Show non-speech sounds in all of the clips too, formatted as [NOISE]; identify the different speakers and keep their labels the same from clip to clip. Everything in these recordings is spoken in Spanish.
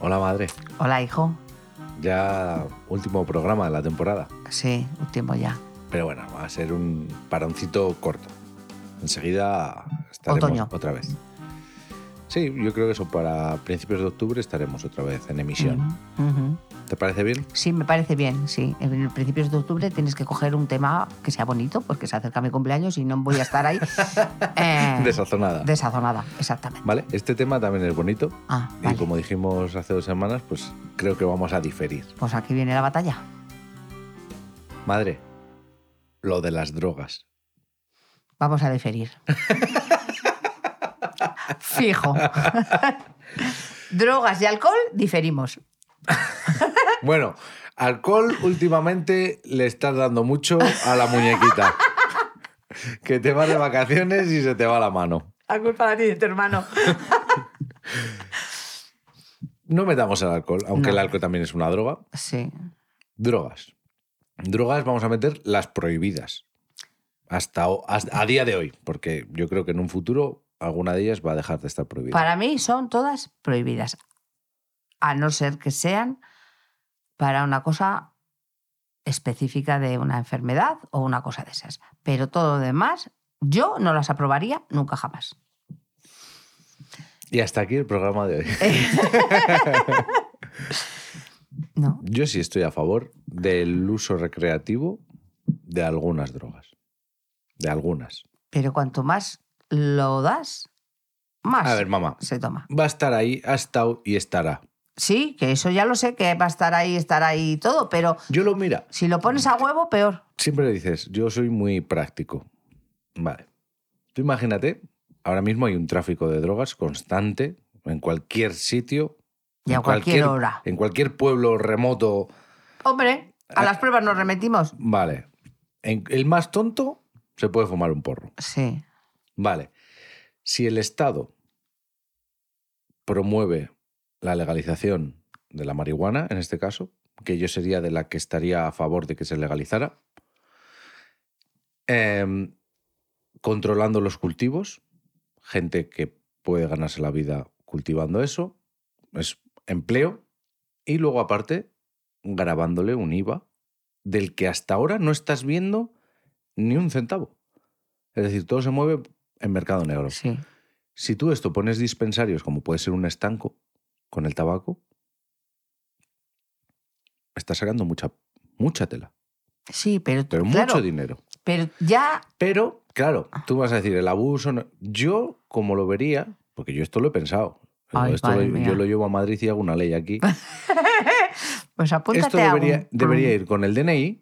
Speaker 1: Hola madre,
Speaker 2: Hola, hijo.
Speaker 1: ya último programa de la temporada.
Speaker 2: Sí, un tiempo ya.
Speaker 1: Pero bueno, va a ser un paroncito corto. Enseguida estaremos
Speaker 2: Otoño.
Speaker 1: otra vez. Sí, yo creo que eso para principios de octubre estaremos otra vez en emisión.
Speaker 2: Ujú, ujú.
Speaker 1: ¿Te parece bien?
Speaker 2: Sí, me parece bien, sí. En principios de octubre tienes que coger un tema que sea bonito, porque se acerca mi cumpleaños y no voy
Speaker 1: [LAUGHS]
Speaker 2: a estar ahí. eh,
Speaker 1: Desazonada.
Speaker 2: desazonada, exactamente.
Speaker 1: Vale, este tema también es bonito.
Speaker 2: Ah, vale.
Speaker 1: Y como dijimos hace dos semanas, pues creo que vamos a diferir.
Speaker 2: Pues aquí viene la batalla.
Speaker 1: Madre, lo de las drogas.
Speaker 2: Vamos a
Speaker 1: [LAUGHS]
Speaker 2: diferir.
Speaker 1: [LAUGHS]
Speaker 2: Fijo. Drogas y alcohol, diferimos.
Speaker 1: Bueno, alcohol últimamente le estás dando mucho a la
Speaker 2: [LAUGHS]
Speaker 1: muñequita. que te vas de vacaciones y se te va la mano.
Speaker 2: La culpa la tiene tu hermano.
Speaker 1: No metamos el alcohol, aunque
Speaker 2: No.
Speaker 1: el alcohol también es una droga.
Speaker 2: Sí.
Speaker 1: Drogas. Drogas vamos a meter las prohibidas. Hasta, o- hasta- a día de hoy, porque yo creo que en un futuro alguna de ellas va a dejar de estar prohibida.
Speaker 2: Para mí son todas prohibidas. A no ser que sean para una cosa específica de una enfermedad o una cosa de esas. Pero todo lo demás, yo no las aprobaría nunca jamás.
Speaker 1: Y hasta aquí el programa de hoy. [LAUGHS]
Speaker 2: No.
Speaker 1: Yo sí estoy a favor del uso recreativo de algunas drogas. De algunas.
Speaker 2: Pero cuanto más lo das, más
Speaker 1: A ver, mamá.
Speaker 2: se toma.
Speaker 1: Va a estar ahí, ha estado y estará.
Speaker 2: Sí, que eso ya lo sé, que va a estar ahí, estar ahí y todo, pero
Speaker 1: Yo lo mira.
Speaker 2: si lo pones a huevo, peor.
Speaker 1: Siempre dices, yo soy muy práctico. Vale. Tú imagínate, ahora mismo hay un tráfico de drogas constante en cualquier sitio.
Speaker 2: Y a
Speaker 1: en
Speaker 2: cualquier hora.
Speaker 1: En cualquier pueblo remoto.
Speaker 2: Hombre,
Speaker 1: Eh,
Speaker 2: a las pruebas nos remetimos.
Speaker 1: Vale. En- el más tonto se puede fumar un porro.
Speaker 2: Sí.
Speaker 1: Vale. Si el Estado promueve la legalización de la marihuana, en este caso, que yo sería de la que estaría a favor de que se legalizara, em, controlando los cultivos, gente que puede ganarse la vida cultivando eso, es empleo, y luego aparte grabándole un IVA del que hasta ahora no estás viendo ni un centavo. Es decir, todo se mueve en mercado negro.
Speaker 2: Sí.
Speaker 1: Si tú esto pones dispensarios, como puede ser un estanco con el tabaco, estás sacando mucha, mucha tela,
Speaker 2: Sí, pero,
Speaker 1: pero
Speaker 2: claro, Ah.
Speaker 1: mucho dinero.
Speaker 2: pero ya
Speaker 1: Pero, claro, tú vas a decir, el abuso... no- Yo, como lo vería, porque yo esto lo he pensado.
Speaker 2: Ay,
Speaker 1: Esto lo-
Speaker 2: madre mía.
Speaker 1: yo lo llevo a Madrid y hago una ley aquí.
Speaker 2: Pues apúntate
Speaker 1: esto
Speaker 2: a
Speaker 1: debería,
Speaker 2: un-
Speaker 1: debería ir con el DNI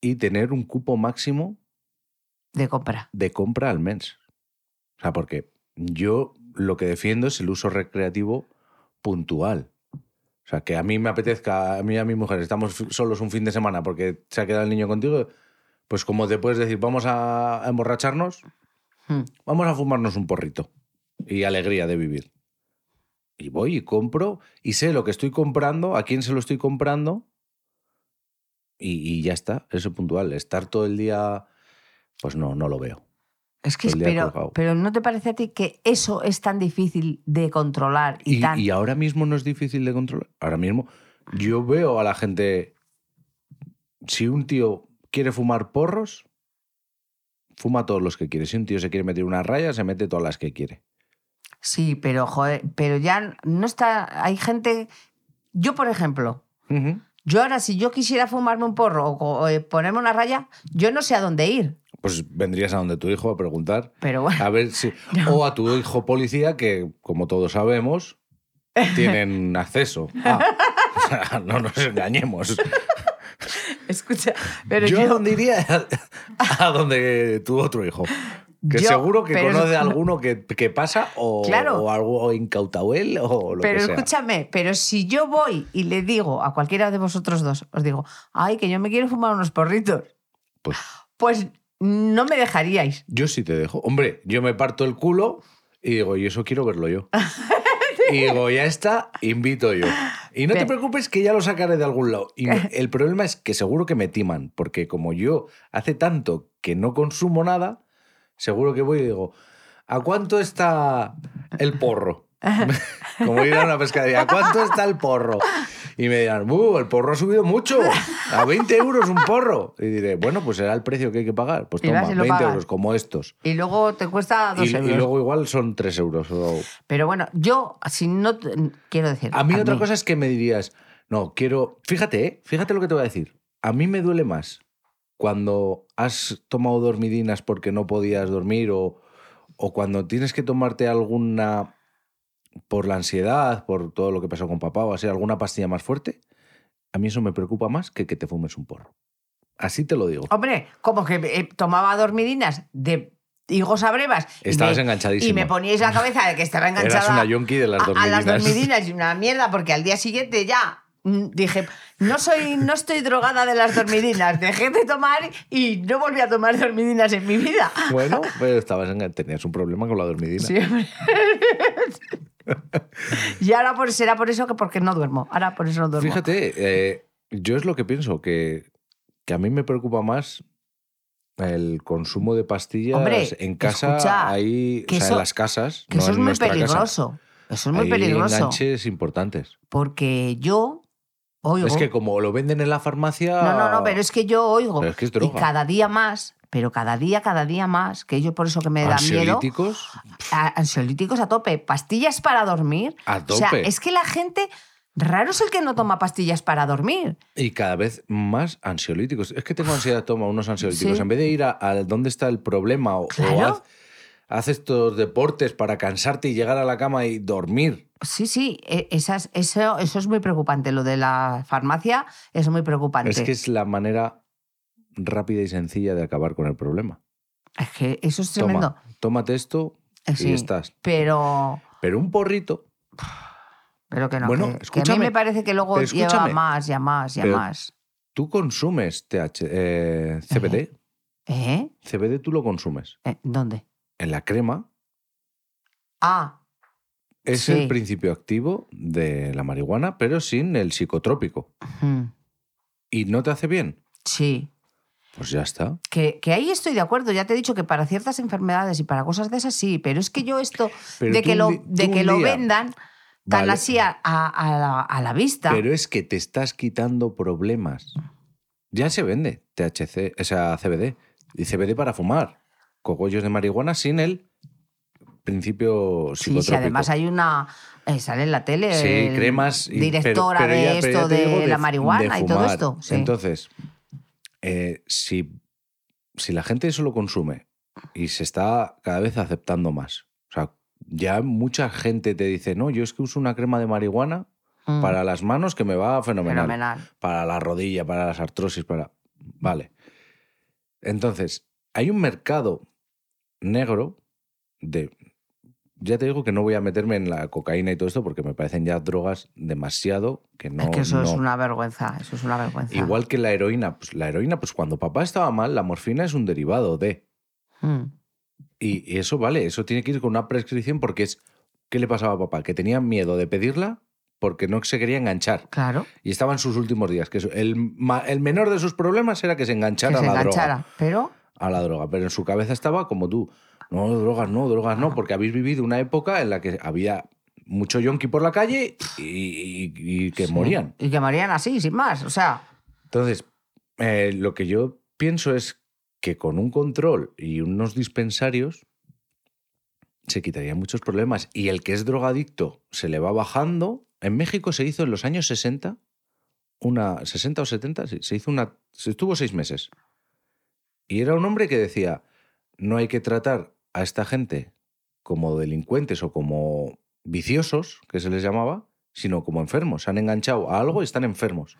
Speaker 1: y tener un cupo máximo
Speaker 2: de compra.
Speaker 1: de compra al mes. O sea, porque yo lo que defiendo es el uso recreativo puntual. O sea, que a mí me apetezca, a mí y a mi mujer, estamos fi- solos un fin de semana porque se ha quedado el niño contigo, pues como te puedes decir, vamos a emborracharnos,
Speaker 2: Hmm.
Speaker 1: vamos a fumarnos un porrito y alegría de vivir. Y voy y compro y sé lo que estoy comprando, a quién se lo estoy comprando y, y ya está, eso es puntual. Estar todo el día, pues no, no lo veo.
Speaker 2: Es que
Speaker 1: Todo el día
Speaker 2: espero,
Speaker 1: colgado.
Speaker 2: pero ¿no te parece a ti que eso es tan difícil de controlar y,
Speaker 1: Y,
Speaker 2: tan
Speaker 1: y ahora mismo no es difícil de controlar. Ahora mismo yo veo a la gente, si un tío quiere fumar porros, fuma todos los que quiere. Si un tío se quiere meter una raya, se mete todas las que quiere.
Speaker 2: Sí, pero joder, pero ya no está hay gente yo por ejemplo, yo ahora si yo quisiera fumarme un porro o, co- o, eh, ponerme una raya, yo no sé a dónde ir,
Speaker 1: Pues vendrías a donde tu hijo a preguntar.
Speaker 2: pero bueno,
Speaker 1: A ver
Speaker 2: [LAUGHS]
Speaker 1: si... O a tu hijo policía, que como todos
Speaker 2: [LAUGHS]
Speaker 1: sabemos, tienen acceso. Ah, o sea, no nos engañemos.
Speaker 2: [LAUGHS] escucha, pero
Speaker 1: Ah. yo,
Speaker 2: yo,
Speaker 1: a dónde iría [LAUGHS] a donde tu otro hijo. Que
Speaker 2: Yo-
Speaker 1: seguro que
Speaker 2: pero- [LAUGHS]
Speaker 1: conoce a alguno que, que pasa o,
Speaker 2: Claro.
Speaker 1: o algo o incautado él o lo
Speaker 2: pero
Speaker 1: que sea.
Speaker 2: escúchame, pero si yo voy y le digo a cualquiera de vosotros dos, os digo, "Ay, que yo me quiero fumar unos porritos."
Speaker 1: Pues
Speaker 2: Pues no me dejaríais.
Speaker 1: yo sí te dejo. Hombre, yo me parto el culo y digo, y eso quiero verlo yo. Y digo, ya está, invito yo. Y no te
Speaker 2: Pero-
Speaker 1: preocupes que ya lo sacaré de algún lado. Y
Speaker 2: [LAUGHS]
Speaker 1: me- el problema es que seguro que me timan, porque como yo hace tanto que no
Speaker 2: [LAUGHS]
Speaker 1: consumo nada, seguro que voy y digo, ¿a cuánto está el porro? Como ir a una pescadería, ¿cuánto está el porro? Y me dirán, "Uh, el porro ha subido mucho, a 20 euros un porro. Y diré, bueno, pues será el precio que hay que pagar. Pues
Speaker 2: Y
Speaker 1: toma,
Speaker 2: vas y lo
Speaker 1: 20
Speaker 2: pagas.
Speaker 1: euros, como estos.
Speaker 2: Y luego te cuesta
Speaker 1: Y,
Speaker 2: dos
Speaker 1: y
Speaker 2: euros.
Speaker 1: luego igual son 3 euros. o-
Speaker 2: Pero bueno, yo, si no. te- Quiero decir.
Speaker 1: A mí otra cosa es que me dirías, no, quiero... Fíjate, ¿eh? fíjate lo que te voy a decir. A mí me duele más cuando has tomado dormidinas porque no podías dormir o, o cuando tienes que tomarte alguna por la ansiedad, por todo lo que pasó con papá o así, alguna pastilla más fuerte. A mí eso me preocupa más que que te fumes un porro. Así te lo digo.
Speaker 2: Hombre, como que eh, tomaba dormidinas de higos a brevas. y
Speaker 1: Estabas
Speaker 2: me-
Speaker 1: enganchadísima.
Speaker 2: Y me poníais la cabeza de que estaba enganchada
Speaker 1: Eras una yonki de las
Speaker 2: a- a, las
Speaker 1: dormidinas.
Speaker 2: dormidinas y una mierda, porque al día siguiente ya mm, dije, no soy, no estoy drogada de las dormidinas, dejé de tomar y no volví a tomar dormidinas en mi vida.
Speaker 1: [LAUGHS] Bueno, pero estabas engan- tenías un problema con la dormidina.
Speaker 2: Siempre. y ahora por, será por eso que porque no duermo. Ahora por eso no duermo.
Speaker 1: Fíjate, eh, yo es lo que pienso, que, que a mí me preocupa más el consumo de pastillas
Speaker 2: Hombre,
Speaker 1: en casa,
Speaker 2: escucha,
Speaker 1: ahí,
Speaker 2: que
Speaker 1: o sea,
Speaker 2: eso-
Speaker 1: en las casas.
Speaker 2: que
Speaker 1: no
Speaker 2: eso
Speaker 1: en
Speaker 2: es muy
Speaker 1: nuestra casa.
Speaker 2: peligroso. Eso es muy
Speaker 1: Hay
Speaker 2: peligroso.
Speaker 1: enganches importantes.
Speaker 2: Porque yo oigo.
Speaker 1: Es que como lo venden en la farmacia...
Speaker 2: No, no, no, pero es que yo oigo.
Speaker 1: Pero es que es
Speaker 2: y
Speaker 1: droga.
Speaker 2: cada día más, pero cada día, cada día más, que yo por eso que
Speaker 1: Ah,
Speaker 2: me da miedo.
Speaker 1: Ansiolíticos
Speaker 2: a- Ansiolíticos a tope, pastillas para dormir.
Speaker 1: a tope.
Speaker 2: O sea, es que la gente. Raro es el que no toma pastillas para dormir.
Speaker 1: Y cada vez más ansiolíticos. Es que tengo ansiedad, toma unos ansiolíticos.
Speaker 2: Sí.
Speaker 1: En vez de ir a- al dónde está el problema o, o
Speaker 2: Claro.
Speaker 1: haz, haz estos deportes para cansarte y llegar a la cama y dormir.
Speaker 2: Sí, sí, e- esas, eso, eso es muy preocupante. Lo de la farmacia es muy preocupante.
Speaker 1: Es que es la manera rápida y sencilla de acabar con el problema.
Speaker 2: Es que eso es tremendo.
Speaker 1: Toma, tómate esto
Speaker 2: Eh,
Speaker 1: y
Speaker 2: sí,
Speaker 1: estás.
Speaker 2: Pero,
Speaker 1: Pero un porrito,
Speaker 2: pero que no.
Speaker 1: Bueno,
Speaker 2: que- que, a
Speaker 1: escúchame,
Speaker 2: mí me parece que luego
Speaker 1: pero
Speaker 2: lleva
Speaker 1: escúchame.
Speaker 2: más y a más y a
Speaker 1: Pero-
Speaker 2: más.
Speaker 1: tú consumes TH, eh, CBD.
Speaker 2: ¿Eh?
Speaker 1: CBD tú lo consumes.
Speaker 2: ¿Eh? ¿Dónde?
Speaker 1: En la crema
Speaker 2: Ah,
Speaker 1: es
Speaker 2: Sí.
Speaker 1: el principio activo de la marihuana, pero sin el psicotrópico.
Speaker 2: mm,
Speaker 1: ¿Y no te hace bien?
Speaker 2: sí.
Speaker 1: Pues ya está.
Speaker 2: Que, que ahí estoy de acuerdo, ya te he dicho que para ciertas enfermedades y para cosas de esas sí, pero es que yo esto
Speaker 1: Pero
Speaker 2: de
Speaker 1: tú
Speaker 2: que,
Speaker 1: un
Speaker 2: lo,
Speaker 1: di- tú
Speaker 2: de
Speaker 1: un
Speaker 2: que lo
Speaker 1: día-
Speaker 2: vendan tan
Speaker 1: Vale,
Speaker 2: así a, a- a la, a la vista.
Speaker 1: Pero es que te estás quitando problemas. Ya se vende THC, o sea, CBD. Y CBD para fumar. Cogollos de marihuana sin el principio
Speaker 2: sí,
Speaker 1: psicotrópico.
Speaker 2: si además hay una. eh, sale en la tele.
Speaker 1: Sí,
Speaker 2: el
Speaker 1: cremas. y-
Speaker 2: directora
Speaker 1: pero- pero
Speaker 2: de
Speaker 1: ya- pero
Speaker 2: esto,
Speaker 1: ya te
Speaker 2: de,
Speaker 1: digo
Speaker 2: la marihuana
Speaker 1: de
Speaker 2: y todo
Speaker 1: fumar.
Speaker 2: esto. sí.
Speaker 1: Entonces, eh, si, si la gente eso lo consume y se está cada vez aceptando más. O sea, ya
Speaker 2: Mm.
Speaker 1: mucha gente te dice, no, yo es que uso una crema de marihuana
Speaker 2: Mm,
Speaker 1: para las manos que me va fenomenal.
Speaker 2: fenomenal.
Speaker 1: para la rodilla, para las artrosis, para... Vale. Entonces, hay un mercado negro de... Ya te digo que no voy a meterme en la cocaína y todo esto porque me parecen ya drogas demasiado que no...
Speaker 2: es que eso es
Speaker 1: no-
Speaker 2: una vergüenza, eso es una vergüenza.
Speaker 1: Igual que la heroína. Pues la heroína, pues cuando papá estaba mal, la morfina es un derivado de...
Speaker 2: Mm,
Speaker 1: Y, y eso vale, eso tiene que ir con una prescripción porque es... ¿Qué le pasaba a papá? Que tenía miedo de pedirla porque no se quería enganchar
Speaker 2: claro,
Speaker 1: y estaba en sus últimos días. Que su- el, ma- el menor de sus problemas era que se enganchara,
Speaker 2: que se
Speaker 1: a, la
Speaker 2: enganchara. Pero
Speaker 1: Droga, a la droga. Pero en su cabeza estaba como tú. No, drogas no, drogas no, porque habéis vivido una época en la que había mucho yonki por la calle y, y- y que
Speaker 2: sí,
Speaker 1: morían.
Speaker 2: Y que morían así, sin más. O sea,
Speaker 1: Entonces, eh, lo que yo pienso es que con un control y unos dispensarios se quitarían muchos problemas. Y el que es drogadicto se le va bajando. En México se hizo en los años 60, una, 60 o 70, sí, se hizo una. Se estuvo seis meses. Y era un hombre que decía: no hay que tratar a esta gente como delincuentes o como viciosos, que se les llamaba, sino como enfermos. Se han enganchado a algo y están enfermos.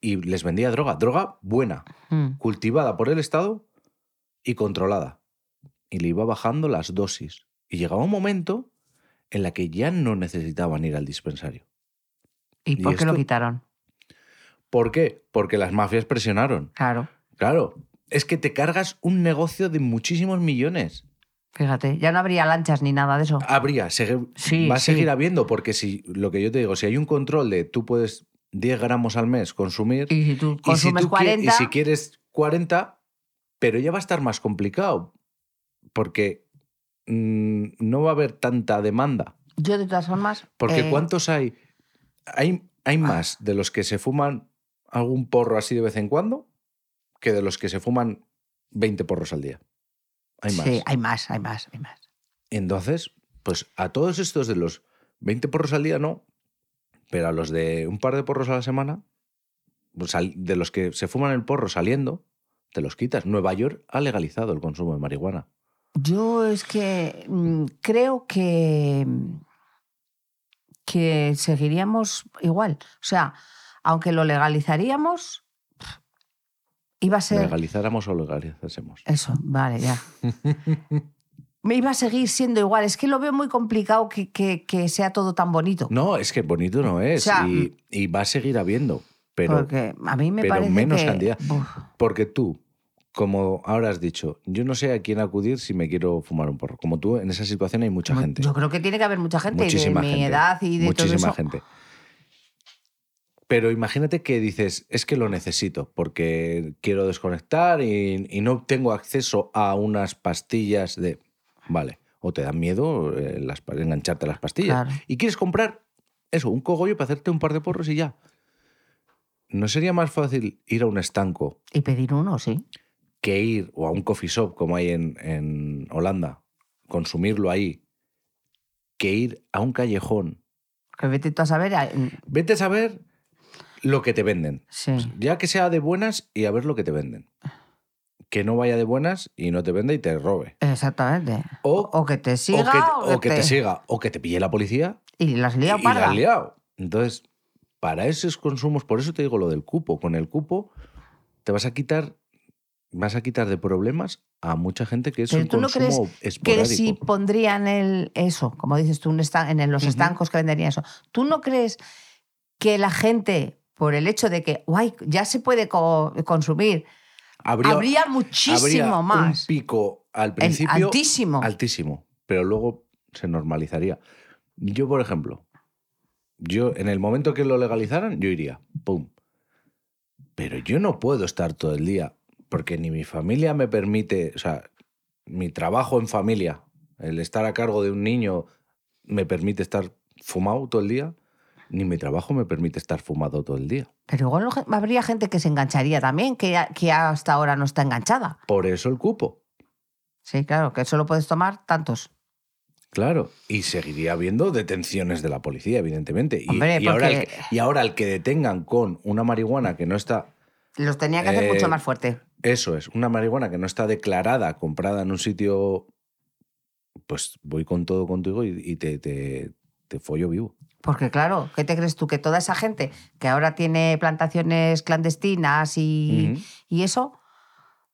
Speaker 1: Y les vendía droga, droga buena,
Speaker 2: mm,
Speaker 1: cultivada por el Estado y controlada. Y le iba bajando las dosis. Y llegaba un momento en la que ya no necesitaban ir al dispensario.
Speaker 2: ¿y por qué lo
Speaker 1: esto?
Speaker 2: quitaron?
Speaker 1: ¿Por qué? Porque las mafias presionaron.
Speaker 2: Claro,
Speaker 1: Claro, es que te cargas un negocio de muchísimos millones.
Speaker 2: fíjate, ya no habría lanchas ni nada de eso.
Speaker 1: Habría, sigue-
Speaker 2: Sí,
Speaker 1: va a
Speaker 2: sí.
Speaker 1: seguir habiendo, porque si lo que yo te digo, si hay un control de tú puedes 10 gramos al mes consumir,
Speaker 2: Y si tú
Speaker 1: Y si
Speaker 2: consumes
Speaker 1: tú qui-
Speaker 2: 40,
Speaker 1: Y si quieres 40, pero ya va a estar más complicado. Porque mm, no va a haber tanta demanda.
Speaker 2: Yo de todas formas...
Speaker 1: Porque
Speaker 2: eh, Ah.
Speaker 1: ¿cuántos hay? hay? Hay más de los que se fuman algún porro así de vez en cuando que de los que se fuman 20 porros al día. Hay más.
Speaker 2: Sí, hay más, hay más, hay más.
Speaker 1: Entonces, pues a todos estos de los 20 porros al día no, pero a los de un par de porros a la semana, pues al- de los que se fuman el porro saliendo, te los quitas. Nueva York ha legalizado el consumo de marihuana.
Speaker 2: Yo es que mm, creo que, mm, que seguiríamos igual. O sea, aunque lo legalizaríamos, pff, iba a ser...
Speaker 1: Legalizáramos o legalizásemos.
Speaker 2: Eso, vale, ya.
Speaker 1: [LAUGHS]
Speaker 2: Me iba a seguir siendo igual. Es que lo veo muy complicado que, que- que sea todo tan bonito.
Speaker 1: No, es que bonito no es.
Speaker 2: O sea,
Speaker 1: y, y va a seguir habiendo. Pero
Speaker 2: porque a mí me
Speaker 1: pero
Speaker 2: parece
Speaker 1: menos
Speaker 2: que,
Speaker 1: cantidad.
Speaker 2: Uf,
Speaker 1: Porque tú, como ahora has dicho, yo no sé a quién acudir si me quiero fumar un porro. Como tú, en esa situación hay mucha
Speaker 2: mu-
Speaker 1: gente.
Speaker 2: Yo creo que tiene que haber mucha gente
Speaker 1: Muchísima
Speaker 2: de mi
Speaker 1: gente.
Speaker 2: edad y de
Speaker 1: muchísima
Speaker 2: todo eso.
Speaker 1: gente. Pero imagínate que dices, es que lo necesito porque quiero desconectar y, y no tengo acceso a unas pastillas de... Vale, o te dan miedo eh, las pa- engancharte a las pastillas.
Speaker 2: Claro.
Speaker 1: Y quieres comprar eso, un cogollo para hacerte un par de porros y ya. ¿No sería más fácil ir a un estanco
Speaker 2: Y pedir uno, sí.
Speaker 1: que ir o a un coffee shop como hay en, en Holanda, consumirlo ahí, que ir a un callejón.
Speaker 2: Que vete tú a saber. a-
Speaker 1: Vete a saber lo que te venden.
Speaker 2: Sí.
Speaker 1: Ya que sea de buenas y a ver lo que te venden. Que no vaya de buenas y no te venda y te robe.
Speaker 2: Exactamente.
Speaker 1: O,
Speaker 2: O que te siga.
Speaker 1: o Pues que, o que te siga. O que te pille la policía
Speaker 2: Y las
Speaker 1: y,
Speaker 2: lía
Speaker 1: y la has liado. Entonces, para esos consumos, por eso te digo lo del cupo. Con el cupo te vas a quitar, vas a quitar de problemas a mucha gente que es
Speaker 2: Pero
Speaker 1: un
Speaker 2: tú no
Speaker 1: consumo
Speaker 2: crees Que
Speaker 1: esporádico.
Speaker 2: si pondrían el, eso, como dices tú, un estan- en los
Speaker 1: Ujú.
Speaker 2: estancos que venderían eso, ¿tú no crees que la gente, por el hecho de que guay, ya se puede co- consumir,
Speaker 1: habría,
Speaker 2: habría,
Speaker 1: habría
Speaker 2: muchísimo más?
Speaker 1: un pico al
Speaker 2: El-
Speaker 1: principio
Speaker 2: altísimo.
Speaker 1: altísimo, pero luego se normalizaría. Yo, por ejemplo, yo en el momento que lo legalizaran, yo iría, pum. Pero yo no puedo estar todo el día, porque ni mi familia me permite, o sea, mi trabajo en familia, el estar a cargo de un niño, me permite estar fumado todo el día, ni mi trabajo me permite estar fumado todo el día.
Speaker 2: Pero igual lo- habría gente que se engancharía también, que, ya- que hasta ahora no está enganchada.
Speaker 1: Por eso el cupo.
Speaker 2: Sí, claro, que solo puedes tomar tantos.
Speaker 1: Claro, y seguiría habiendo detenciones de la policía, evidentemente. Y,
Speaker 2: Hombre,
Speaker 1: y ahora, el,
Speaker 2: porque-
Speaker 1: que- y ahora el que detengan con una marihuana que no está,
Speaker 2: Los tenía que hacer
Speaker 1: Eh,
Speaker 2: mucho más fuerte.
Speaker 1: eso es, una marihuana que no está declarada, comprada en un sitio, pues voy con todo contigo y, y te, te, te follo vivo.
Speaker 2: Porque claro, ¿qué te crees tú? Que toda esa gente que ahora tiene plantaciones clandestinas y,
Speaker 1: Ujú.
Speaker 2: y eso,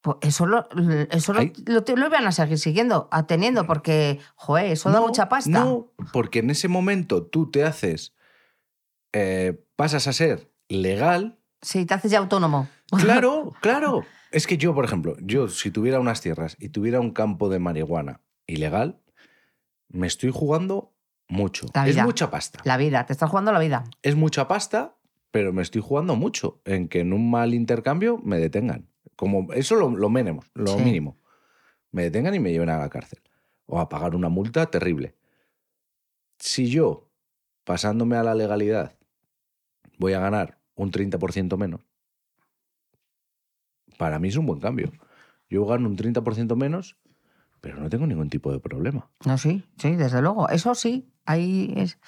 Speaker 2: pues eso, lo, eso lo,
Speaker 1: Ay.
Speaker 2: lo- lo iban a seguir siguiendo, ateniendo, porque, joder, eso da
Speaker 1: No,
Speaker 2: mucha pasta.
Speaker 1: No, porque en ese momento tú te haces, eh, pasas a ser legal,
Speaker 2: Si te haces ya autónomo.
Speaker 1: Claro, claro. Es que yo, por ejemplo, yo si tuviera unas tierras y tuviera un campo de marihuana ilegal, me estoy jugando mucho.
Speaker 2: La
Speaker 1: Es
Speaker 2: vida.
Speaker 1: mucha pasta.
Speaker 2: La vida, te estás jugando la vida.
Speaker 1: Es mucha pasta, pero me estoy jugando mucho en que en un mal intercambio me detengan. Como eso lo, lo mínimo, lo
Speaker 2: Sí.
Speaker 1: mínimo. Me detengan y me lleven a la cárcel. O a pagar una multa terrible. Si yo, pasándome a la legalidad, voy a ganar un 30% menos, para mí es un buen cambio. Yo gano un 30% menos, pero no tengo ningún tipo de problema.
Speaker 2: No, sí, sí, desde luego. Eso sí, ahí es.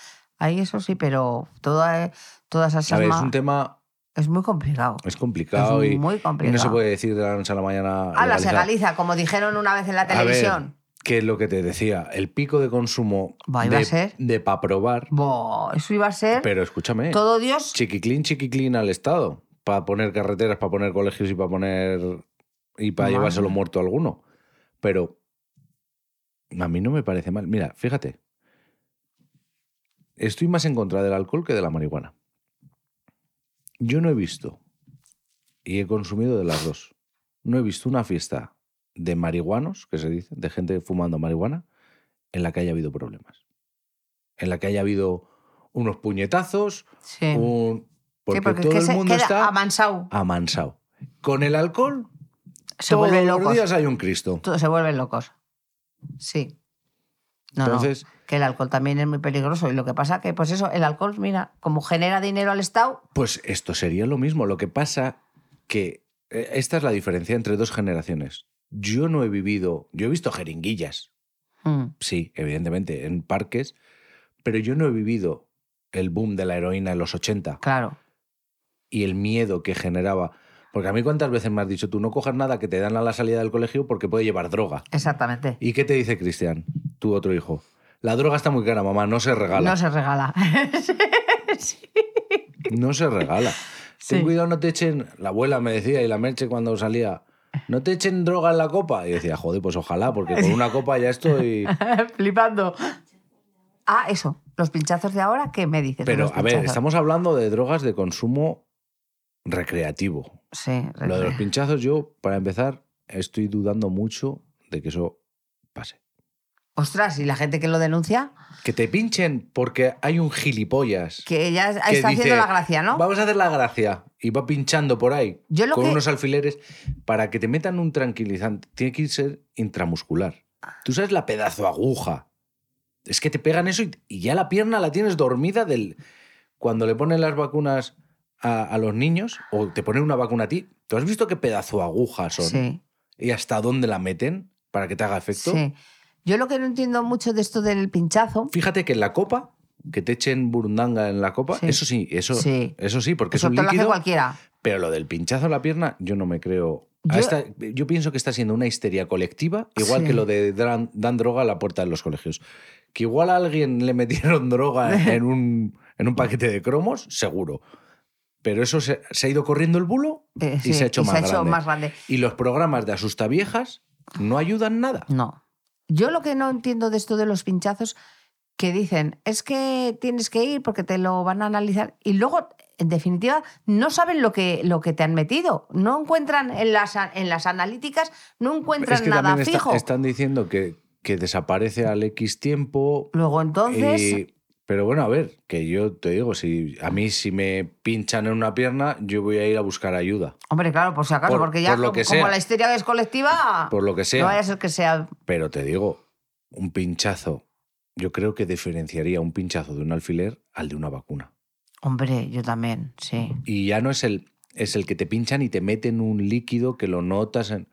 Speaker 2: Ahí eso sí, pero toda, todas esas
Speaker 1: A ver, es
Speaker 2: ma-
Speaker 1: un tema,
Speaker 2: es muy complicado.
Speaker 1: es complicado
Speaker 2: es
Speaker 1: y...
Speaker 2: muy
Speaker 1: Y
Speaker 2: complicado.
Speaker 1: no se puede decir de la noche a la mañana.
Speaker 2: Ahora se
Speaker 1: legalizar.
Speaker 2: legaliza, como dijeron una vez en la
Speaker 1: A ver,
Speaker 2: televisión.
Speaker 1: que es lo que te decía, el pico de consumo
Speaker 2: Va, iba
Speaker 1: de,
Speaker 2: a ser.
Speaker 1: para probar.
Speaker 2: Bo, eso iba a ser
Speaker 1: Pero escúchame,
Speaker 2: todo Dios.
Speaker 1: chiquiclín, chiquiclín al Estado. Para poner carreteras, para poner colegios y para poner. y para
Speaker 2: Madre.
Speaker 1: llevárselo muerto a alguno. Pero. A mí no me parece mal. Mira, fíjate. Estoy más en contra del alcohol que de la marihuana. Yo no he visto. Y he consumido de las dos. No he visto una fiesta de marihuanos, que se dice, de gente fumando marihuana, en la que haya habido problemas. En la que haya habido unos puñetazos,
Speaker 2: Sí.
Speaker 1: un- Uh, porque,
Speaker 2: Sí, porque es
Speaker 1: todo
Speaker 2: que
Speaker 1: el
Speaker 2: se
Speaker 1: mundo
Speaker 2: queda
Speaker 1: está
Speaker 2: amansado.
Speaker 1: amansado. Con el alcohol,
Speaker 2: Se
Speaker 1: todos
Speaker 2: vuelven
Speaker 1: los
Speaker 2: locos.
Speaker 1: días hay un Cristo.
Speaker 2: Todo- se vuelven locos. Sí. No, no.
Speaker 1: Entonces,
Speaker 2: que el alcohol también es muy peligroso. Y lo que pasa que, pues eso, el alcohol, mira, como genera dinero al Estado,
Speaker 1: Pues esto sería lo mismo. Lo que pasa que eh, esta es la diferencia entre dos generaciones. Yo no he vivido, yo he visto jeringuillas,
Speaker 2: mm,
Speaker 1: sí, evidentemente, en parques, pero yo no he vivido el boom de la heroína en los 80
Speaker 2: claro.
Speaker 1: y el miedo que generaba. Porque a mí cuántas veces me has dicho, tú no cojas nada que te dan a la salida del colegio porque puede llevar droga.
Speaker 2: Exactamente.
Speaker 1: ¿Y qué te dice Cristian, tu otro hijo? La droga está muy cara, mamá, no se regala.
Speaker 2: No se regala. [LAUGHS] Sí.
Speaker 1: No se
Speaker 2: [LAUGHS]
Speaker 1: regala. Ten
Speaker 2: Sí.
Speaker 1: cuidado, no te echen. La abuela me decía y la merche cuando salía, no te echen droga en la copa. Y decía, joder, pues ojalá, porque con una copa ya
Speaker 2: [LAUGHS]
Speaker 1: estoy.
Speaker 2: Flipando. Ah, eso. Los pinchazos de ahora, ¿qué me dices? de
Speaker 1: Pero
Speaker 2: los
Speaker 1: a ver,
Speaker 2: pinchazos?
Speaker 1: estamos hablando de drogas de consumo recreativo.
Speaker 2: Sí,
Speaker 1: Lo de los pinchazos, yo, para empezar, estoy dudando mucho de que eso pase.
Speaker 2: Ostras, y la gente que lo denuncia,
Speaker 1: Que te pinchen porque hay un gilipollas.
Speaker 2: que ya está
Speaker 1: que dice,
Speaker 2: haciendo la gracia, ¿no?
Speaker 1: Vamos a hacer la gracia. Y va pinchando por ahí
Speaker 2: Yo lo
Speaker 1: con
Speaker 2: que-
Speaker 1: unos alfileres para que te metan un tranquilizante. Tiene que ser intramuscular.
Speaker 2: Ah.
Speaker 1: Tú sabes la pedazo aguja. Es que te pegan eso y, y ya la pierna la tienes dormida del... Cuando le ponen las vacunas a, a los niños o te ponen una vacuna a ti, ¿tú has visto qué pedazo agujas son?
Speaker 2: Sí,
Speaker 1: ¿Y hasta dónde la meten para que te haga efecto?
Speaker 2: sí. Yo lo que no entiendo mucho de esto del pinchazo,
Speaker 1: Fíjate que en la copa, que te echen burundanga en la copa,
Speaker 2: Sí.
Speaker 1: eso sí, eso
Speaker 2: Sí.
Speaker 1: eso sí, porque
Speaker 2: eso
Speaker 1: es un
Speaker 2: te lo hace
Speaker 1: líquido.
Speaker 2: cualquiera.
Speaker 1: Pero lo del pinchazo en la pierna, yo no me creo. A
Speaker 2: Yo-
Speaker 1: esta- Yo, pienso que está siendo una histeria colectiva, igual
Speaker 2: Sí.
Speaker 1: que lo de dan, dan droga a la puerta de los colegios. Que igual a alguien le metieron [LAUGHS] droga en un, en un paquete de cromos, seguro. Pero eso se, se ha ido corriendo el bulo
Speaker 2: Eh,
Speaker 1: y
Speaker 2: sí,
Speaker 1: se ha hecho, más, grande.
Speaker 2: más grande.
Speaker 1: Y los programas de asustaviejas no ayudan nada.
Speaker 2: No. Yo lo que no entiendo de esto de los pinchazos que dicen es que tienes que ir porque te lo van a analizar y luego, en definitiva, no saben lo que, lo que te han metido. No encuentran en las, a- en las analíticas, no encuentran
Speaker 1: es que
Speaker 2: nada
Speaker 1: también está-
Speaker 2: fijo.
Speaker 1: están diciendo que, que desaparece al X tiempo.
Speaker 2: Luego entonces,
Speaker 1: Y- Eh, pero bueno, a ver, que yo te digo, si a mí si me pinchan en una pierna, yo voy a ir a buscar ayuda,
Speaker 2: hombre, claro, por si acaso,
Speaker 1: por-
Speaker 2: porque ya
Speaker 1: por lo
Speaker 2: como,
Speaker 1: que
Speaker 2: como
Speaker 1: sea.
Speaker 2: la histeria es colectiva,
Speaker 1: por lo que sea.
Speaker 2: Ah, no vaya a ser que sea...
Speaker 1: Pero te digo, un pinchazo, yo creo que diferenciaría un pinchazo de un alfiler al de una vacuna.
Speaker 2: Hombre, yo también, sí.
Speaker 1: Y ya no es el, es el que te pinchan y te meten un líquido que lo notas en...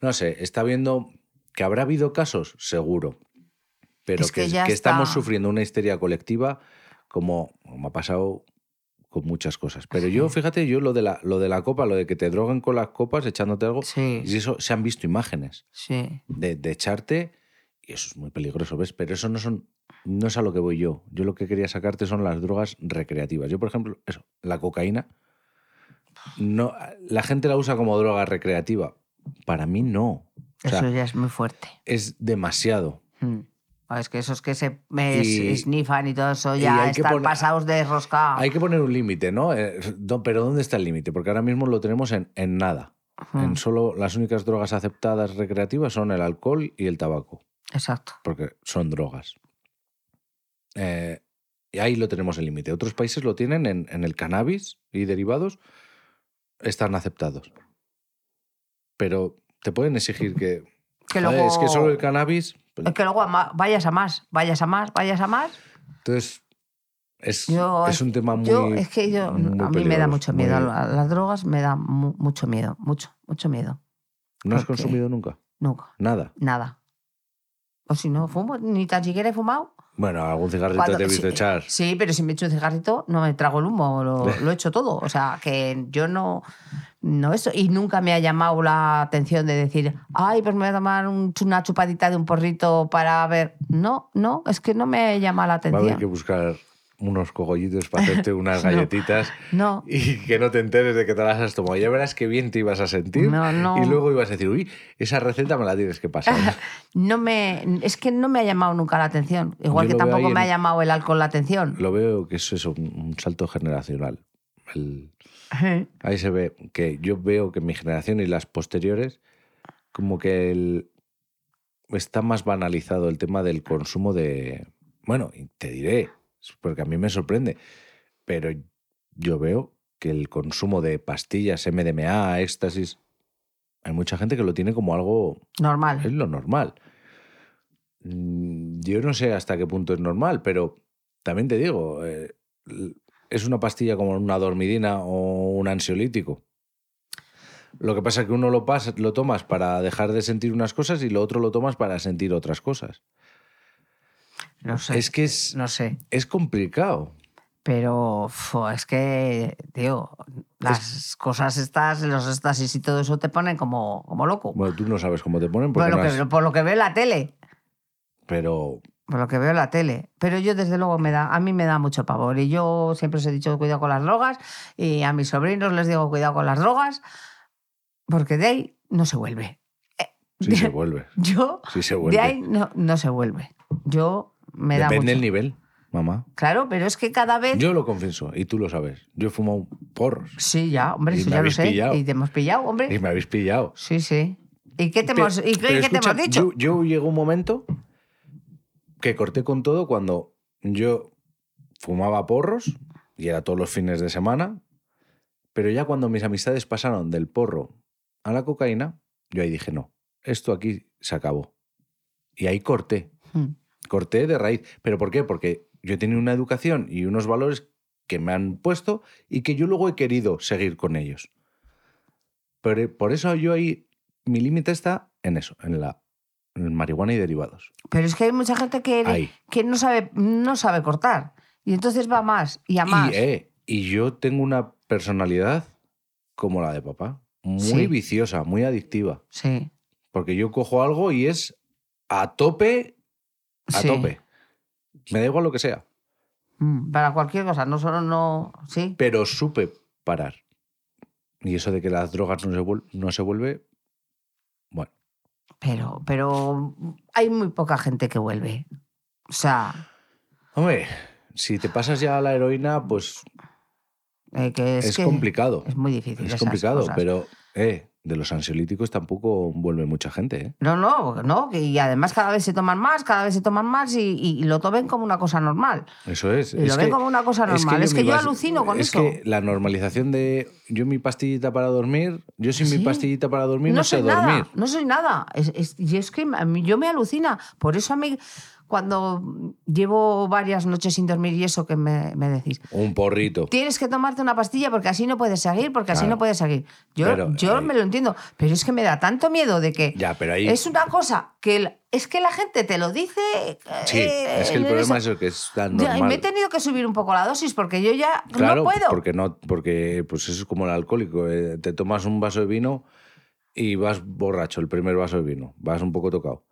Speaker 1: No sé, está viendo que habrá habido casos, seguro. Pero
Speaker 2: Es
Speaker 1: que,
Speaker 2: que ya
Speaker 1: que estamos
Speaker 2: está.
Speaker 1: sufriendo una histeria colectiva como me ha pasado con muchas cosas. Pero yo,
Speaker 2: Sí.
Speaker 1: fíjate, yo lo de, la, lo de la copa, lo de que te droguen con las copas echándote algo,
Speaker 2: Sí,
Speaker 1: y eso se han visto imágenes
Speaker 2: sí.
Speaker 1: de, de echarte y eso es muy peligroso, ¿ves? Pero eso no son no es a lo que voy yo. Yo lo que quería sacarte son las drogas recreativas. Yo, por ejemplo, eso, la cocaína no la gente la usa como droga recreativa. Para mí no. O sea,
Speaker 2: Eso ya es muy fuerte.
Speaker 1: es demasiado.
Speaker 2: Mm. Ah, Es que esos que se me
Speaker 1: Y-
Speaker 2: snifan y todo eso
Speaker 1: y
Speaker 2: ya
Speaker 1: hay que
Speaker 2: están
Speaker 1: poner-
Speaker 2: pasados de rosca.
Speaker 1: Hay que poner un límite, ¿no? Eh, do- Pero ¿dónde está el límite? Porque ahora mismo lo tenemos en, en nada.
Speaker 2: Mm,
Speaker 1: En solo las únicas drogas aceptadas recreativas son el alcohol y el tabaco.
Speaker 2: Exacto.
Speaker 1: porque son drogas. Eh, y ahí lo tenemos el límite. Otros países lo tienen en, en el cannabis y derivados, están aceptados. Pero te pueden exigir que.
Speaker 2: Que
Speaker 1: "Joder,
Speaker 2: luego, eh,
Speaker 1: Es que solo el cannabis. pues,
Speaker 2: que luego a ma- vayas a más, vayas a más, vayas a más.
Speaker 1: Entonces, es,
Speaker 2: Yo-
Speaker 1: es un tema muy.
Speaker 2: yo es que yo a
Speaker 1: muy
Speaker 2: mí me da
Speaker 1: peligroso,
Speaker 2: mucho miedo
Speaker 1: muy-
Speaker 2: a las drogas, me da mu- mucho miedo, mucho, mucho miedo.
Speaker 1: ¿No has
Speaker 2: porque-
Speaker 1: consumido nunca?
Speaker 2: Nunca,
Speaker 1: Nada.
Speaker 2: nada. O si no fumo, ni tan siquiera he fumado.
Speaker 1: Bueno, algún cigarrito
Speaker 2: Cuando-
Speaker 1: Pues te he visto
Speaker 2: sí,
Speaker 1: echar.
Speaker 2: Sí, pero si me echo un cigarrito, no me trago el humo,
Speaker 1: [LAUGHS]
Speaker 2: lo, lo echo todo. O sea, que yo no, no eso. Y nunca me ha llamado la atención de decir, ay, pues me voy a tomar un- una chupadita de un porrito para ver. No, no, es que no me llama
Speaker 1: Va
Speaker 2: la
Speaker 1: a haber
Speaker 2: atención.
Speaker 1: que buscar unos cogollitos
Speaker 2: [LAUGHS]
Speaker 1: para hacerte unas galletitas.
Speaker 2: No,
Speaker 1: y que no te enteres de que te las has tomado. Ya verás qué bien te ibas a sentir.
Speaker 2: No, no.
Speaker 1: Y luego ibas a decir, uy, esa receta me la tienes que pasar.
Speaker 2: no me, es que no me ha llamado nunca la atención. Igual
Speaker 1: Yo
Speaker 2: que
Speaker 1: lo veo
Speaker 2: tampoco
Speaker 1: ahí
Speaker 2: me ha
Speaker 1: en-
Speaker 2: llamado el alcohol la atención.
Speaker 1: Lo veo que es eso, un un salto generacional. El- ahí se ve que yo veo que mi generación y las posteriores, como que el- está más banalizado el tema del consumo de... Bueno, y te diré, porque a mí me sorprende, pero yo veo que el consumo de pastillas, MDMA, éxtasis, hay mucha gente que lo tiene como algo
Speaker 2: [LAUGHS] Normal.
Speaker 1: Es lo normal. mm, yo no sé hasta qué punto es normal, pero también te digo, eh, l- es una pastilla como una dormidina o un ansiolítico. Lo que pasa es que uno lo, pas- lo tomas para dejar de sentir unas cosas y lo otro lo tomas para sentir otras cosas.
Speaker 2: No sé.
Speaker 1: Es que es,
Speaker 2: No sé.
Speaker 1: es complicado.
Speaker 2: Pero fo, es que, tío, las cosas estas, los éxtasis y todo eso te ponen como, como loco.
Speaker 1: Bueno, tú no sabes cómo te ponen,
Speaker 2: por,
Speaker 1: porque
Speaker 2: lo
Speaker 1: no
Speaker 2: que,
Speaker 1: has-
Speaker 2: por lo que veo en la tele.
Speaker 1: pero
Speaker 2: [LAUGHS] Por lo que veo en la tele. Pero yo, desde luego, me da, a mí me da mucho pavor. Y yo siempre os he dicho cuidado con las drogas. Y a mis sobrinos les digo cuidado con las drogas. Porque de ahí no se vuelve. [LAUGHS]
Speaker 1: sí se vuelve.
Speaker 2: Yo,
Speaker 1: Sí se
Speaker 2: de
Speaker 1: vuelve.
Speaker 2: ahí no, no se vuelve. Yo me da
Speaker 1: Depende
Speaker 2: mucho. ¿Eh?
Speaker 1: del nivel, mamá.
Speaker 2: Claro, pero es que cada vez.
Speaker 1: Yo lo confieso, y tú lo sabes. Yo he fumado porros
Speaker 2: Sí, ya, hombre,
Speaker 1: Y
Speaker 2: eso
Speaker 1: me
Speaker 2: ya lo
Speaker 1: habéis
Speaker 2: sé.
Speaker 1: pillado.
Speaker 2: Y te hemos pillado, hombre.
Speaker 1: y me habéis pillado.
Speaker 2: Sí, sí. ¿Y qué te,
Speaker 1: Pe-
Speaker 2: hemos, y qué-
Speaker 1: pero
Speaker 2: qué te
Speaker 1: escucha,
Speaker 2: hemos dicho?
Speaker 1: Yo, yo llegó un momento que corté con todo cuando yo fumaba porros, y era todos los fines de semana, pero ya cuando mis amistades pasaron del porro a la cocaína, yo ahí dije, no, esto aquí se acabó. Y ahí corté.
Speaker 2: Hmm.
Speaker 1: Corté de raíz. ¿Pero por qué? Porque yo he tenido una educación y unos valores que me han puesto y que yo luego he querido seguir con ellos. Pero por eso yo ahí, mi límite está en eso, en la en marihuana y derivados.
Speaker 2: Pero es que hay mucha gente que,
Speaker 1: Ahí.
Speaker 2: que no, sabe, no sabe cortar. Y entonces va más y a más.
Speaker 1: Y, eh, y yo tengo una personalidad como la de papá, muy
Speaker 2: Sí.
Speaker 1: viciosa, muy adictiva,
Speaker 2: sí.
Speaker 1: porque yo cojo algo y es a tope, a
Speaker 2: sí.
Speaker 1: tope. Me da igual lo que sea,
Speaker 2: Mm, Para cualquier cosa, no solo no. Sí.
Speaker 1: pero supe parar. Y eso de que las drogas no se, vuel- no se vuelve, bueno,
Speaker 2: Pero, pero hay muy poca gente que vuelve. O sea,
Speaker 1: Hombre, si te pasas ya a la heroína, pues
Speaker 2: eh, que es,
Speaker 1: es,
Speaker 2: que
Speaker 1: complicado.
Speaker 2: Es muy difícil.
Speaker 1: Es
Speaker 2: esas
Speaker 1: complicado,
Speaker 2: cosas.
Speaker 1: pero eh, de los ansiolíticos tampoco vuelve mucha gente. ¿eh?
Speaker 2: No, no, no. que- Y además cada vez se toman más, cada vez se toman más y, y- y lo tomen como una cosa normal.
Speaker 1: Eso es.
Speaker 2: Y
Speaker 1: es
Speaker 2: lo ven
Speaker 1: que-
Speaker 2: como una cosa normal. Es que yo,
Speaker 1: mi vas-
Speaker 2: alucino con
Speaker 1: es
Speaker 2: eso.
Speaker 1: que la normalización de yo mi pastillita para dormir, yo sin
Speaker 2: Sí.
Speaker 1: mi pastillita para dormir no, sé
Speaker 2: soy
Speaker 1: dormir.
Speaker 2: nada, no soy nada. Es- es- y es que a mí- yo me alucina. Por eso a mí, cuando llevo varias noches sin dormir y eso que me, me decís,
Speaker 1: Un porrito.
Speaker 2: tienes que tomarte una pastilla porque así no puedes seguir, porque así
Speaker 1: Claro.
Speaker 2: no puedes seguir. Yo,
Speaker 1: Pero,
Speaker 2: yo
Speaker 1: ahí-
Speaker 2: me lo entiendo, pero es que me da tanto miedo de que
Speaker 1: Ya, pero ahí.
Speaker 2: es una cosa que el- es que la gente te lo dice.
Speaker 1: sí,
Speaker 2: eh,
Speaker 1: es que el
Speaker 2: en
Speaker 1: problema es
Speaker 2: eso.
Speaker 1: el que es tan
Speaker 2: Ya,
Speaker 1: normal.
Speaker 2: y me he tenido que subir un poco la dosis porque yo ya
Speaker 1: Claro,
Speaker 2: no puedo.
Speaker 1: porque no, porque pues eso es como el alcohólico. eh, te tomas un vaso de vino y vas borracho el primer vaso de vino, vas un poco tocado.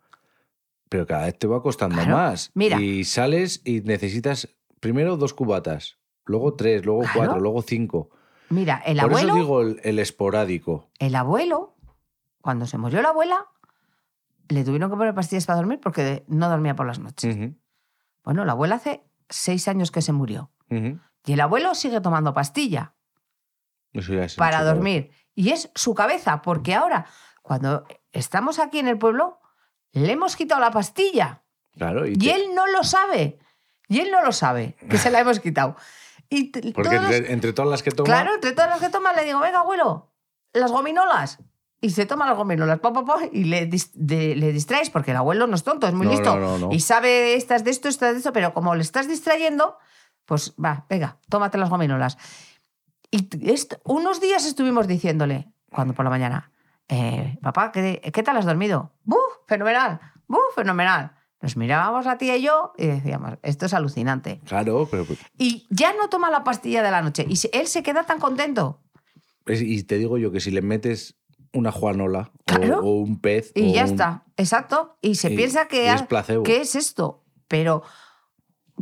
Speaker 1: Pero cada vez te va costando
Speaker 2: Claro.
Speaker 1: más.
Speaker 2: Mira.
Speaker 1: Y sales y necesitas primero dos cubatas, luego tres, luego
Speaker 2: Claro.
Speaker 1: cuatro, luego cinco.
Speaker 2: Mira, el
Speaker 1: Por
Speaker 2: abuelo.
Speaker 1: eso digo el, el esporádico.
Speaker 2: el abuelo, cuando se murió la abuela, le tuvieron que poner pastillas para dormir porque no dormía por las noches.
Speaker 1: Ujú,
Speaker 2: Bueno, la abuela hace seis años que se murió.
Speaker 1: ujú.
Speaker 2: Y el abuelo sigue tomando pastilla
Speaker 1: Eso ya es
Speaker 2: para
Speaker 1: insoportable.
Speaker 2: dormir. Y es su cabeza, porque ahora, cuando estamos aquí en el pueblo, le hemos quitado la pastilla.
Speaker 1: Claro, y
Speaker 2: Y,
Speaker 1: te-
Speaker 2: él no lo sabe. Y él no lo sabe, que se la hemos quitado. Y t-
Speaker 1: porque
Speaker 2: todos-
Speaker 1: entre, entre todas las que toma,
Speaker 2: Claro, entre todas las que toma le digo, venga, abuelo, las gominolas. Y se toma las gominolas, pa, pa, pa, y le, dis- de- le distraes, porque el abuelo no es tonto, es muy
Speaker 1: No,
Speaker 2: listo.
Speaker 1: no, no, no.
Speaker 2: Y sabe estas de esto, estas de esto, pero como le estás distrayendo, pues va, venga, tómate las gominolas. Y t- est- unos días estuvimos diciéndole, cuando por la mañana, "Eh, papá, ¿qué, qué tal has dormido? ¡Buf! ¡Fenomenal! ¡Buf! ¡Fenomenal! Nos mirábamos la tía y yo y decíamos, esto es alucinante.
Speaker 1: claro, pero pues,
Speaker 2: Y ya no toma la pastilla de la noche. Y se- él se queda tan contento.
Speaker 1: es- y te digo yo que si le metes una juanola o-
Speaker 2: Claro.
Speaker 1: o, un pez
Speaker 2: Y
Speaker 1: o
Speaker 2: ya
Speaker 1: un-
Speaker 2: está, exacto. Y se
Speaker 1: Oh. y-
Speaker 2: piensa que
Speaker 1: y es
Speaker 2: ah,
Speaker 1: placebo.
Speaker 2: ¿qué es esto? Pero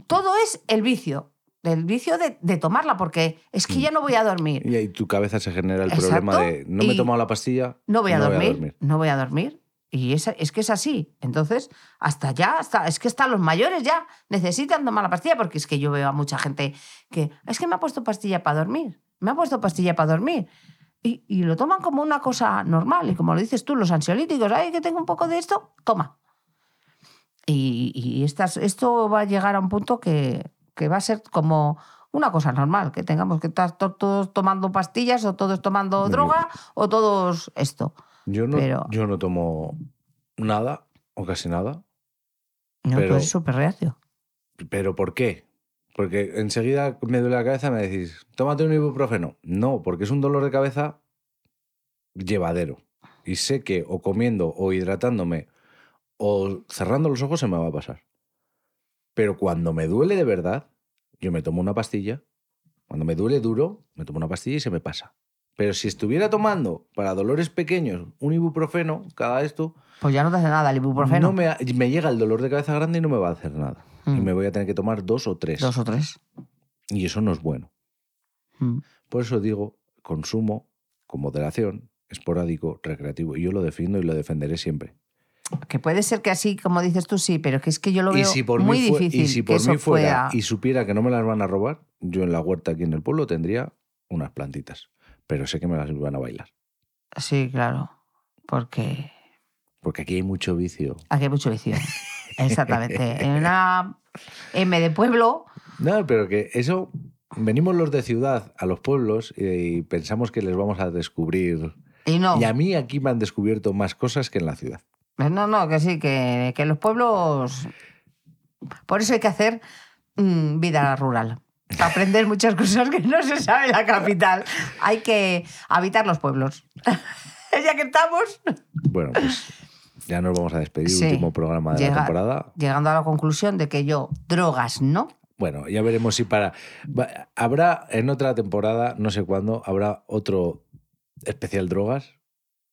Speaker 2: todo es el vicio. El vicio de, de tomarla, porque es que ya no voy a dormir.
Speaker 1: Y ahí tu cabeza se genera el
Speaker 2: Exacto,
Speaker 1: problema de no me he
Speaker 2: y
Speaker 1: tomado la pastilla,
Speaker 2: No voy a, dormir, No voy a dormir. Y es, es que es así. Entonces, hasta ya, hasta, es que hasta los mayores ya necesitan tomar la pastilla, porque es que yo veo a mucha gente que es que me ha puesto pastilla para dormir. Me ha puesto pastilla para dormir. Y, y lo toman como una cosa normal. Y como lo dices tú, los ansiolíticos, ay, que tengo un poco de esto, toma. Y, y estas, esto va a llegar a un punto que, que va a ser como una cosa normal, que tengamos que estar to- todos tomando pastillas o todos tomando
Speaker 1: Bueno,
Speaker 2: droga o todos esto.
Speaker 1: Yo no,
Speaker 2: Pero-
Speaker 1: yo no tomo nada o casi nada.
Speaker 2: No,
Speaker 1: Pero-
Speaker 2: tú eres súper reacio.
Speaker 1: ¿Pero por qué? Porque enseguida me duele la cabeza y me decís, tómate un ibuprofeno. No, porque es un dolor de cabeza llevadero. Y sé que o comiendo o hidratándome o cerrando los ojos se me va a pasar. Pero cuando me duele de verdad, yo me tomo una pastilla. Cuando me duele duro, me tomo una pastilla y se me pasa. Pero si estuviera tomando para dolores pequeños un ibuprofeno, cada esto,
Speaker 2: Pues ya no te hace nada el ibuprofeno.
Speaker 1: no me, ha- me llega el dolor de cabeza grande y no me va a hacer nada. Y
Speaker 2: Mm.
Speaker 1: me voy a tener que tomar dos o tres.
Speaker 2: Dos o tres.
Speaker 1: Y eso no es bueno.
Speaker 2: Mm.
Speaker 1: Por eso digo, consumo con moderación, esporádico, recreativo. Y yo lo defiendo y lo defenderé siempre.
Speaker 2: Que puede ser que así, como dices tú, sí, pero que es que yo lo
Speaker 1: Y
Speaker 2: veo
Speaker 1: si por
Speaker 2: muy
Speaker 1: mí, fue-
Speaker 2: difícil.
Speaker 1: y si
Speaker 2: que
Speaker 1: por
Speaker 2: eso
Speaker 1: mí fuera
Speaker 2: pueda-
Speaker 1: y supiera que no me las van a robar, yo en la huerta aquí en el pueblo tendría unas plantitas. Pero sé que me las van a bailar.
Speaker 2: Sí, claro. Porque
Speaker 1: Porque aquí hay mucho vicio.
Speaker 2: aquí hay
Speaker 1: [LAUGHS]
Speaker 2: mucho vicio. Exactamente. En una M de pueblo,
Speaker 1: No, pero que eso. Venimos los de ciudad a los pueblos y pensamos que les vamos a descubrir.
Speaker 2: y no. Pues
Speaker 1: Y a mí aquí me han descubierto más cosas que en la ciudad.
Speaker 2: No, no, que sí, que, que los pueblos. Por eso hay que hacer mm, vida rural. Aprender muchas cosas que no se sabe en la capital. Hay que habitar los pueblos. [LAUGHS] ya que estamos
Speaker 1: Bueno, pues ya nos vamos a despedir.
Speaker 2: Sí.
Speaker 1: Último programa de
Speaker 2: Llega-
Speaker 1: la temporada.
Speaker 2: llegando a la conclusión de que yo, drogas no.
Speaker 1: Bueno, ya veremos si para. va- Habrá en otra temporada, no sé cuándo, habrá otro especial drogas.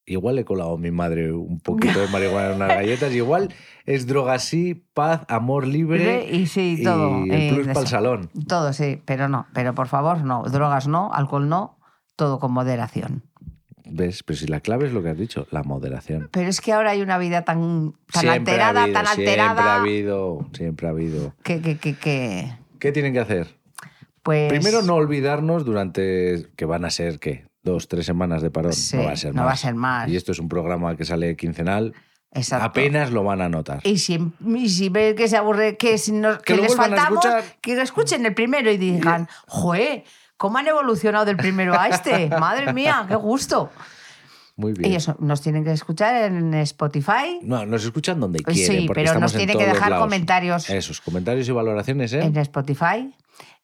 Speaker 1: Igual he colado a mi madre un poquito
Speaker 2: [LAUGHS]
Speaker 1: de marihuana en unas galletas. Igual es drogas sí, paz, amor libre
Speaker 2: Y sí, todo.
Speaker 1: y
Speaker 2: eh,
Speaker 1: el plus
Speaker 2: de
Speaker 1: para el
Speaker 2: eso.
Speaker 1: salón.
Speaker 2: Todo sí, pero no. Pero por favor, no. Drogas no, alcohol no, todo con moderación.
Speaker 1: ¿Ves? Pero si la clave es lo que has dicho, la moderación.
Speaker 2: Pero es que ahora hay una vida tan, tan
Speaker 1: Siempre ha
Speaker 2: alterada,
Speaker 1: habido,
Speaker 2: tan
Speaker 1: Siempre ha
Speaker 2: alterada,
Speaker 1: habido, siempre ha habido.
Speaker 2: que, que, que, que,
Speaker 1: ¿Qué tienen que hacer?
Speaker 2: pues...
Speaker 1: Primero, no olvidarnos durante que van a ser, ¿qué? Dos, tres semanas de parón.
Speaker 2: Sí,
Speaker 1: no va a ser
Speaker 2: no
Speaker 1: más.
Speaker 2: va a ser más.
Speaker 1: Y esto es un programa que sale quincenal.
Speaker 2: Exacto.
Speaker 1: Apenas lo van a notar.
Speaker 2: Y si, y si ven que se aburre, que, si nos-
Speaker 1: Que
Speaker 2: que
Speaker 1: lo
Speaker 2: les
Speaker 1: vuelvan a
Speaker 2: faltamos,
Speaker 1: escuchar.
Speaker 2: que escuchen el primero y digan, ¡Joé! ¿Cómo han evolucionado del primero
Speaker 1: [LAUGHS]
Speaker 2: a este? ¡Madre mía, qué gusto!
Speaker 1: Muy bien.
Speaker 2: Y eso, nos tienen que escuchar en Spotify,
Speaker 1: No, nos escuchan donde
Speaker 2: Pues
Speaker 1: quieren.
Speaker 2: sí,
Speaker 1: porque
Speaker 2: pero
Speaker 1: estamos
Speaker 2: nos
Speaker 1: en
Speaker 2: tienen que
Speaker 1: todos
Speaker 2: dejar
Speaker 1: lados. ¿Eh?
Speaker 2: comentarios.
Speaker 1: Esos comentarios y valoraciones, ¿eh?
Speaker 2: en Spotify,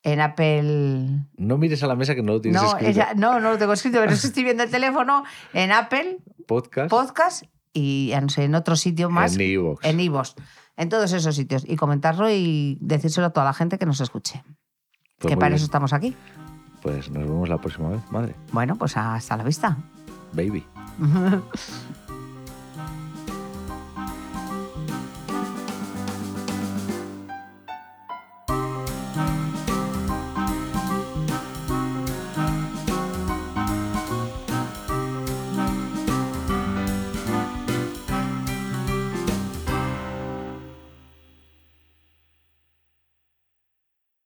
Speaker 2: en Apple...
Speaker 1: No mires a la mesa que no lo tienes
Speaker 2: No,
Speaker 1: escrito.
Speaker 2: esa- no, no lo tengo escrito, pero sí estoy viendo el teléfono en Apple
Speaker 1: Podcast,
Speaker 2: Podcast y ya no sé, en otro sitio más.
Speaker 1: en iVoox.
Speaker 2: en Ivos, en todos esos sitios. Y comentarlo y decírselo a toda la gente que nos escuche.
Speaker 1: Pues
Speaker 2: que
Speaker 1: muy
Speaker 2: para
Speaker 1: bien.
Speaker 2: eso estamos aquí.
Speaker 1: Pues nos vemos la próxima vez, madre.
Speaker 2: Bueno, pues hasta la vista.
Speaker 1: Baby.